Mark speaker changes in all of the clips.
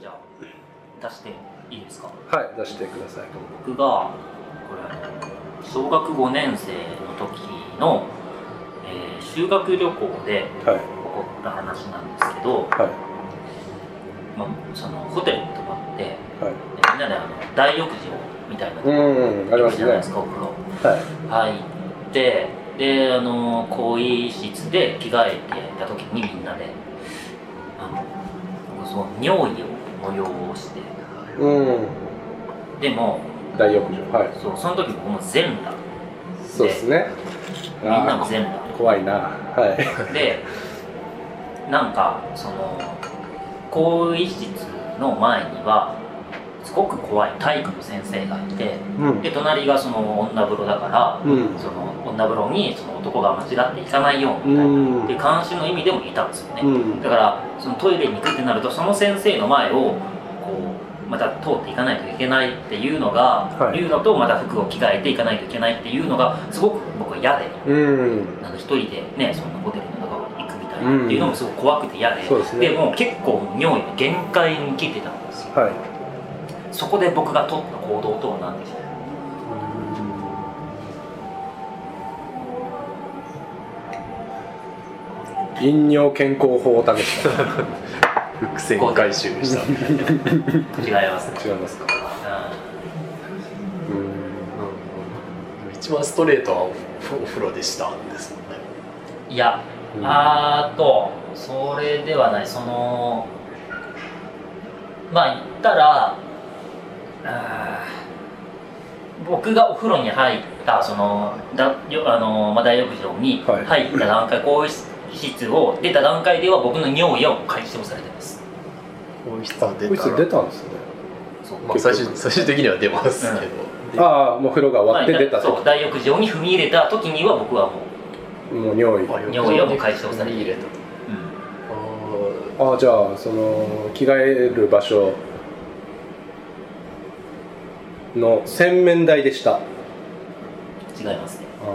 Speaker 1: じゃあ出していいですか
Speaker 2: はい出してください
Speaker 1: 僕がこれあの小学5年生の時の、えー修学旅行で
Speaker 2: はい
Speaker 1: 起こった話なんですけど、
Speaker 2: はい
Speaker 1: まあ、そのホテルに泊まって
Speaker 2: はい
Speaker 1: みんなであの大浴場みたいなとこ
Speaker 2: うんあり
Speaker 1: 行
Speaker 2: ま
Speaker 1: く
Speaker 2: す
Speaker 1: じ
Speaker 2: ね
Speaker 1: ゃないで
Speaker 2: は
Speaker 1: すかお風呂
Speaker 2: い
Speaker 1: 入ってであの更衣室で着替えてた時にみんなであの僕その尿意を催して
Speaker 2: うん
Speaker 1: でも
Speaker 2: 大浴場はい
Speaker 1: そうその時僕も全裸
Speaker 2: そうですね
Speaker 1: みんなも
Speaker 2: あ
Speaker 1: 全裸
Speaker 2: ー怖いなは
Speaker 1: でなんかその更衣室の前にはすごく怖い体育の先生がいて
Speaker 2: いうん
Speaker 1: で隣がその女風呂だから
Speaker 2: うん
Speaker 1: その女風呂にその男が間違って行かないようにみたい
Speaker 2: うん
Speaker 1: なで監視の意味でもいたんですよね、
Speaker 2: うん
Speaker 1: だからそのトイレに行くってなるとその先生の前をこうまた通っていかないといけないっていうのが、
Speaker 2: はい
Speaker 1: いうのとまた服を着替えていかないといけないっていうのがすごく僕は嫌で
Speaker 2: うん
Speaker 1: なんか一人でねそんなホテルの中を行くみたいなっていうのもすごく怖くて嫌で、
Speaker 2: そうですね
Speaker 1: もう結構尿意の限界に来てたんですよ
Speaker 2: は
Speaker 1: そこで僕が取った行動とは何でしょう
Speaker 2: い飲尿健康法を試した
Speaker 3: 伏線回収 し
Speaker 1: 違
Speaker 3: た
Speaker 1: いますね、
Speaker 2: 違いますかうん
Speaker 3: 一番ストレートはお風呂でしたんですもんね
Speaker 1: うんいや
Speaker 2: うん
Speaker 1: あーとそれではないそのまあ言ったらあー僕がお風呂に入ったそのだよあのまあ大浴場に
Speaker 2: はい
Speaker 1: 入った段階更衣室を出た段階では僕の尿意はもう解消されてます
Speaker 3: こいつは出
Speaker 2: こいつ
Speaker 3: た
Speaker 2: 出
Speaker 3: ら
Speaker 2: たんですね
Speaker 1: そう
Speaker 3: まあ最終最終的には出ますけど、
Speaker 2: ああもう風呂が終わって出た
Speaker 1: まあそう
Speaker 2: と
Speaker 1: 大浴場に踏み入れた時には僕はもう、
Speaker 2: もう尿意
Speaker 3: まあ
Speaker 1: 尿意はもう解消され
Speaker 3: 入
Speaker 1: て
Speaker 3: れ
Speaker 1: る
Speaker 3: た
Speaker 1: うん
Speaker 2: ああじゃあその着替える場所の洗面台でしたあ
Speaker 1: 違いますね、う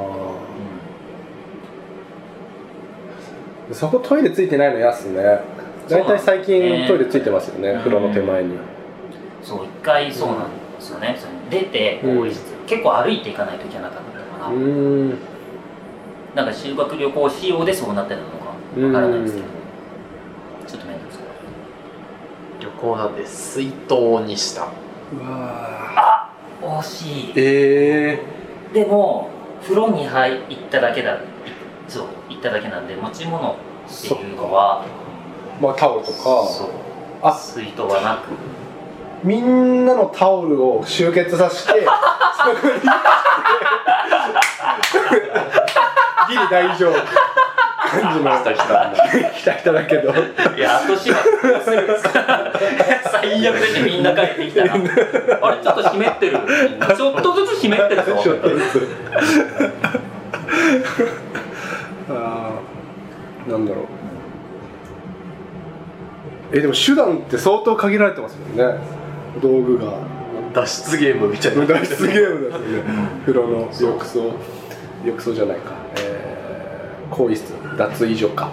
Speaker 2: あ
Speaker 1: ん
Speaker 2: そこトイレついてないの嫌っすね
Speaker 1: そうな
Speaker 2: 大
Speaker 1: んで
Speaker 2: 体
Speaker 1: す
Speaker 2: 最近トイレついてますよ
Speaker 1: う
Speaker 2: ね
Speaker 1: ん
Speaker 2: 風呂の手前に
Speaker 1: そう一回そうなんですよね、その出て更衣室、結構歩いていかないといけなかったから、
Speaker 2: うん
Speaker 1: なんか修学旅行仕様でそうなってたのかわからないですけど、ちょっと面倒くさい
Speaker 3: 旅行なんで水筒にした
Speaker 2: わあ
Speaker 1: 惜しい
Speaker 2: え
Speaker 1: でも風呂に入っただけだそう行っただけなんで持ち物っていうのは
Speaker 2: えまあタオルと
Speaker 1: そ
Speaker 2: か
Speaker 1: う
Speaker 2: あ
Speaker 1: 水筒はなく
Speaker 2: みんなのタオルを集結させ てそこにギリ大丈夫感じの
Speaker 3: 来た来た
Speaker 2: 来た来ただけど
Speaker 1: いや後始末どうするんですか最悪ですよみんな帰ってきたらあれちょっと湿ってるちょっとずつ湿ってる
Speaker 2: ちょっ
Speaker 1: ぞ
Speaker 2: とずつあーなんだろうえでも手段って相当限られてますもんね道具が
Speaker 3: 脱出ゲームみたいな
Speaker 2: 無駄出ゲームですよね風呂の浴槽浴槽じゃないか、えー、更衣室脱衣所か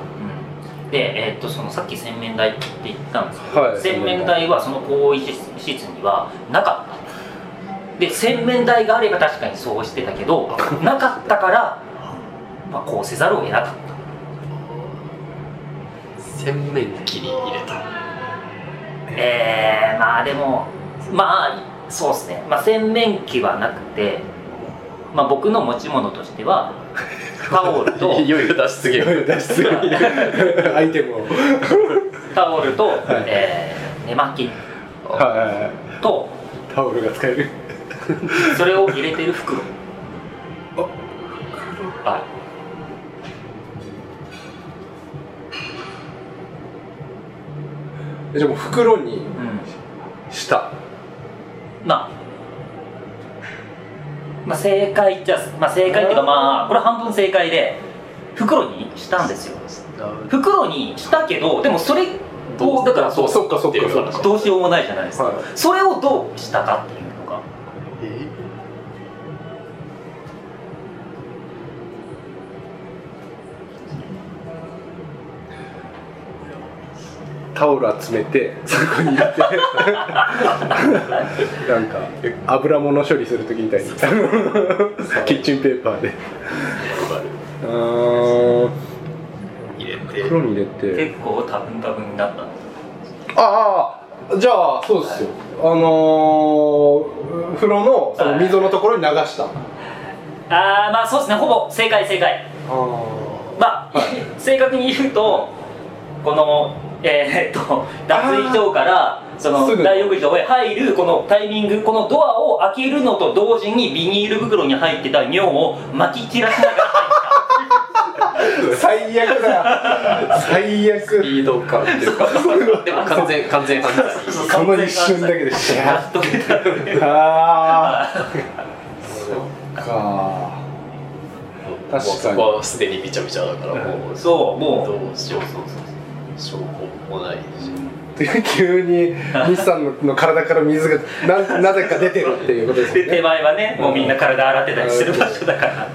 Speaker 1: うんで、えーっとそのさっき洗面台って言ったんですけど、
Speaker 2: はい
Speaker 1: 洗面台はその更衣室にはなかったで洗面台があれば確かにそうしてたけど なかったから、まあ、こうせざるを得なかった
Speaker 3: 洗面器に入れた
Speaker 1: えー、まあでもまあそうですね、まあ、洗面器はなくて、まあ、僕の持ち物としてはタオル と
Speaker 3: いよいよ脱出ゲ ーム
Speaker 2: 脱出アイテムをはい
Speaker 1: タオルと、
Speaker 2: い
Speaker 1: えー寝巻き
Speaker 2: はいは
Speaker 1: と
Speaker 2: いタオルが使える
Speaker 1: それを入れてる袋あ
Speaker 2: えじゃあもう袋に
Speaker 1: うん
Speaker 2: した
Speaker 1: まあ、まあ正解じゃ、まあ、正解っていうかまあこれ半分正解で袋にしたんですよ袋にしたけどでもそれをだから
Speaker 2: そうそっかそっかそっか
Speaker 1: どうしようもないじゃないですか、
Speaker 2: はい
Speaker 1: それをどうしたかっていうのが
Speaker 3: え
Speaker 2: タオル集めてそこに入れて なんか油物処理する時みたいにキッチンペーパーであー
Speaker 3: 入れて
Speaker 2: 袋に入れて
Speaker 1: 結構多分多分になったんです
Speaker 2: ああじゃあそうですよあのー風呂のその溝のところに流した
Speaker 1: ああまあそうですねほぼ正解正解まあ、
Speaker 2: は
Speaker 1: 正確に言うとこのえーっと脱衣所からその
Speaker 2: すぐ
Speaker 1: 大浴場へ入るこのタイミングこのドアを開けるのと同時にビニール袋に入ってた尿を撒き散らしなが ら入った
Speaker 2: 最悪だ最
Speaker 3: ス
Speaker 2: 悪
Speaker 3: ピード感って いうかでも完全完全犯罪
Speaker 2: その一瞬だけでシ
Speaker 1: や
Speaker 2: ャ
Speaker 1: っと出た
Speaker 2: ーあーか確かに
Speaker 3: もうそこはすでにびちゃびちゃだからもう
Speaker 1: そうもう
Speaker 3: どうしよう
Speaker 1: そうそうそう
Speaker 3: 証拠もないし
Speaker 2: 急に西さんの体から水がななぜか出てるっていうことです
Speaker 1: で
Speaker 2: よ
Speaker 1: 手
Speaker 2: ね
Speaker 1: 前はねもうみんな体洗ってたりする場所だから
Speaker 2: あ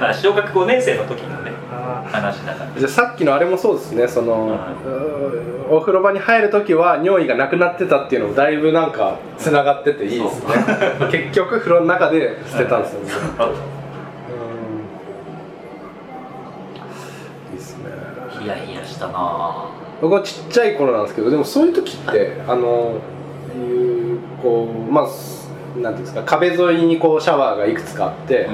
Speaker 1: まあ小学5年生の時のね
Speaker 2: あ
Speaker 1: 話だから
Speaker 2: じゃあさっきのあれもそうですねその
Speaker 1: は
Speaker 2: お風呂場に入るときは尿意がなくなってたっていうのもだいぶなんかつながってていいですね結局風呂の中で捨てたんですよねうんいいですね
Speaker 1: ヒヤヒヤしたなあ
Speaker 2: 僕はちっちゃい頃なんですけどでもそういう時ってあのいうこうまあすなんていうんですか壁沿いにこうシャワーがいくつかあって、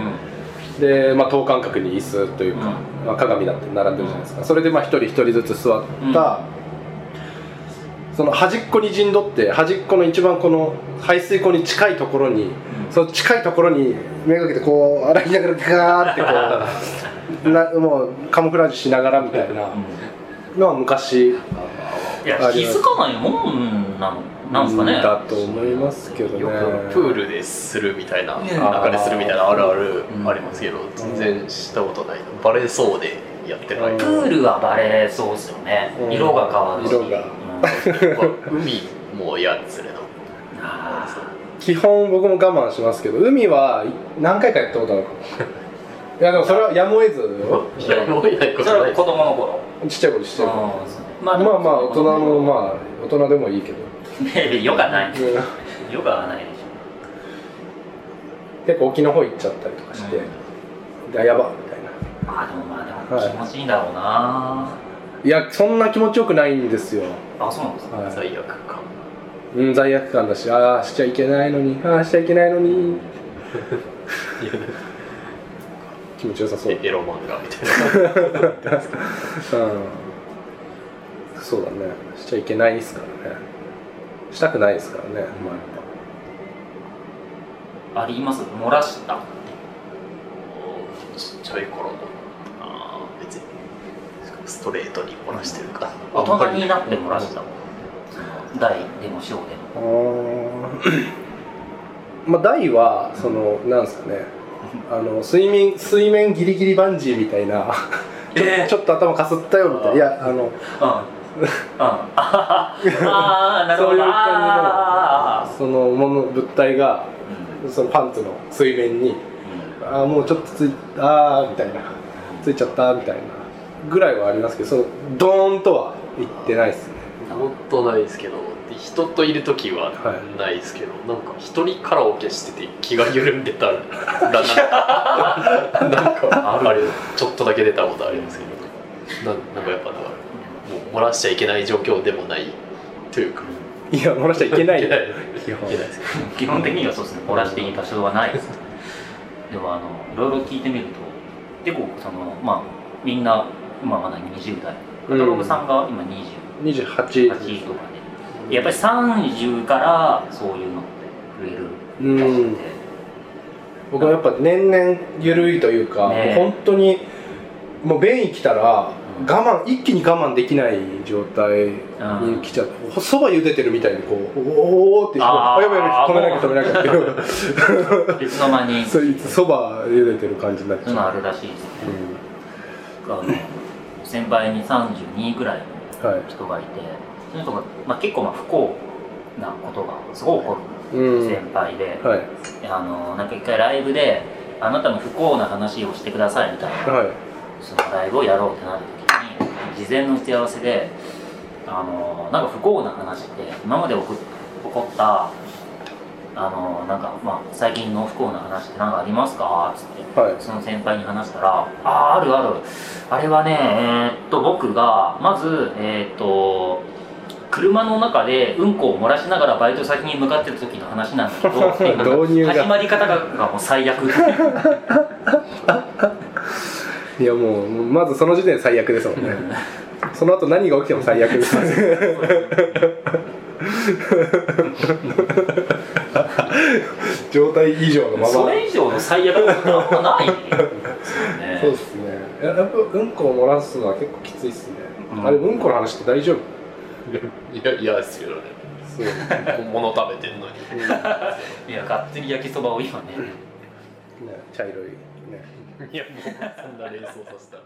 Speaker 2: で、まあ、等間隔に椅子というか、まあ、鏡だって並んでるじゃないですかそれでまあ一人一人ずつ座った、その端っこに陣取って端っこの一番この排水溝に近いところにその近いところに目がけてこう洗いながらガーってこうなもうカモフラージュしながらみたいなのは昔
Speaker 1: いや
Speaker 2: あ
Speaker 1: 気
Speaker 2: ります
Speaker 1: づかないもんなのなんですかね
Speaker 2: だと思いますけどね
Speaker 3: よくプールでするみたいな
Speaker 1: ね
Speaker 3: 中でするみたいなあるある
Speaker 1: うん
Speaker 3: ありますけど全然したことないのバレそうでやってない
Speaker 1: プールはバレそうですよね
Speaker 2: うん
Speaker 1: 色が変わるし
Speaker 2: 色が
Speaker 1: うん
Speaker 3: まあ海も嫌ですね
Speaker 1: あ
Speaker 2: 基本僕も我慢しますけど海は何回かやったことある いやでもそれはやむを得ずよ
Speaker 3: いやもういない
Speaker 1: ー
Speaker 3: こ
Speaker 1: それ
Speaker 3: とな
Speaker 1: はい子供の頃
Speaker 2: ちっちゃい頃してるま
Speaker 1: あーま
Speaker 2: あまあ大人
Speaker 1: あ
Speaker 2: のまあ大人でもいいけど、
Speaker 1: よがない
Speaker 2: うん
Speaker 1: よがないでし
Speaker 2: 結構沖の方行っちゃったりとかして、でやばみたいな
Speaker 1: ょまあでもまあでも気持ちいいんだろうな、
Speaker 2: いやそんな気持ちよくないんですよ、
Speaker 1: あそうなんですか
Speaker 2: は
Speaker 3: 最悪か
Speaker 2: いうん、罪悪感だしああしちゃいけないのにああしちゃいけないのに気持ちよさそう
Speaker 3: えエロ漫画みたい
Speaker 2: うんそうだねしちゃいけないですからねしたくないですからね、まあやっぱ
Speaker 1: あります漏らした
Speaker 3: なちっちゃい頃のあー別にストレートに漏らしてるから
Speaker 1: 大
Speaker 3: あんま
Speaker 1: 人
Speaker 3: り
Speaker 1: になって漏らしたもんその大でも小でも
Speaker 2: あー まあ大はそのなんですかねあの水面水面ギリギリバンジーみたいなちょ,、
Speaker 1: えー
Speaker 2: ちょっと頭かすったよみたいないやあの
Speaker 1: うんうんああ ああなるほ
Speaker 2: そうい
Speaker 1: ど
Speaker 2: う
Speaker 1: ああああああ
Speaker 2: そのもの物体が
Speaker 1: うん
Speaker 2: そのパンツの水面にああもうちょっとついああみたいなついちゃったみたいなぐらいはありますけどそのドーンとは言ってないですね
Speaker 3: 本当ないですけど人といる時は
Speaker 2: はい
Speaker 3: ないですけど、なんか一人カラオケしてて気が緩んでたらだ ななんかあれちょっとだけ出たことありますけどななんかやっぱだからもう漏らしちゃいけない状況でもないというか
Speaker 2: いや漏らしちゃいけない
Speaker 3: いけない
Speaker 2: 基本
Speaker 3: いけないですけ
Speaker 1: 基本的にはそうですね漏らしていい場所はないですでもあのいろいろ聞いてみると結構そのまあみんな今まだ20代カタログさんが今28
Speaker 2: 28
Speaker 1: とかでやっぱり30からそういうのって増えるらしくて
Speaker 2: 僕はやっぱ年々緩いというか、
Speaker 1: ね
Speaker 2: もう本当にもう便意来たら我
Speaker 1: うん
Speaker 2: 慢一気に我慢できない状態に来ちゃってそば茹でてるみたいにこうおーおーって
Speaker 1: あー
Speaker 2: あやばいやばい止めなきゃ止めなきゃってい う
Speaker 1: いつの間にそ
Speaker 2: そういつそば茹でてる感じになっち
Speaker 1: ういうの
Speaker 2: ゃ
Speaker 1: あ
Speaker 2: う、
Speaker 1: るらしいですね
Speaker 2: う
Speaker 1: あの先輩に32ぐらいの
Speaker 2: ん、はい
Speaker 1: 人がいてその人が、まあ、結構まあ不幸なことがすごい起こ
Speaker 2: う
Speaker 1: る
Speaker 2: ん
Speaker 1: 先輩で、
Speaker 2: はい
Speaker 1: あのなんか一回ライブで「あなたの不幸な話をしてください」みたいな
Speaker 2: はい
Speaker 1: そのライブをやろうってなった時に事前の打ち合わせであのなんか不幸な話で今まで起こ起こったあのなんか、まあ、最近の不幸な話って何かありますか?」っつって、
Speaker 2: はい
Speaker 1: その先輩に話したら「あああるあるあれはねえーっと僕がまずえーっと車の中でうんこを漏らしながらバイト先に向かってた時の話なんだけど
Speaker 2: 導入が
Speaker 1: 始まり方がもう最 悪
Speaker 2: いやもうまずその時点で最悪ですも んねその後何が起きても最悪です状態以上のまま
Speaker 1: それ以上の最悪なことはあんまないね
Speaker 2: そうですねいややっぱうんこを漏らすのは結構きついっすね、
Speaker 1: うん
Speaker 2: あれうんこの話って大丈夫
Speaker 3: いや嫌ですよね
Speaker 2: そうね
Speaker 3: 本物食べてんのに
Speaker 1: いやがっつり焼きそばを今ね
Speaker 2: 茶色いね
Speaker 3: いやもうそんな連想させたら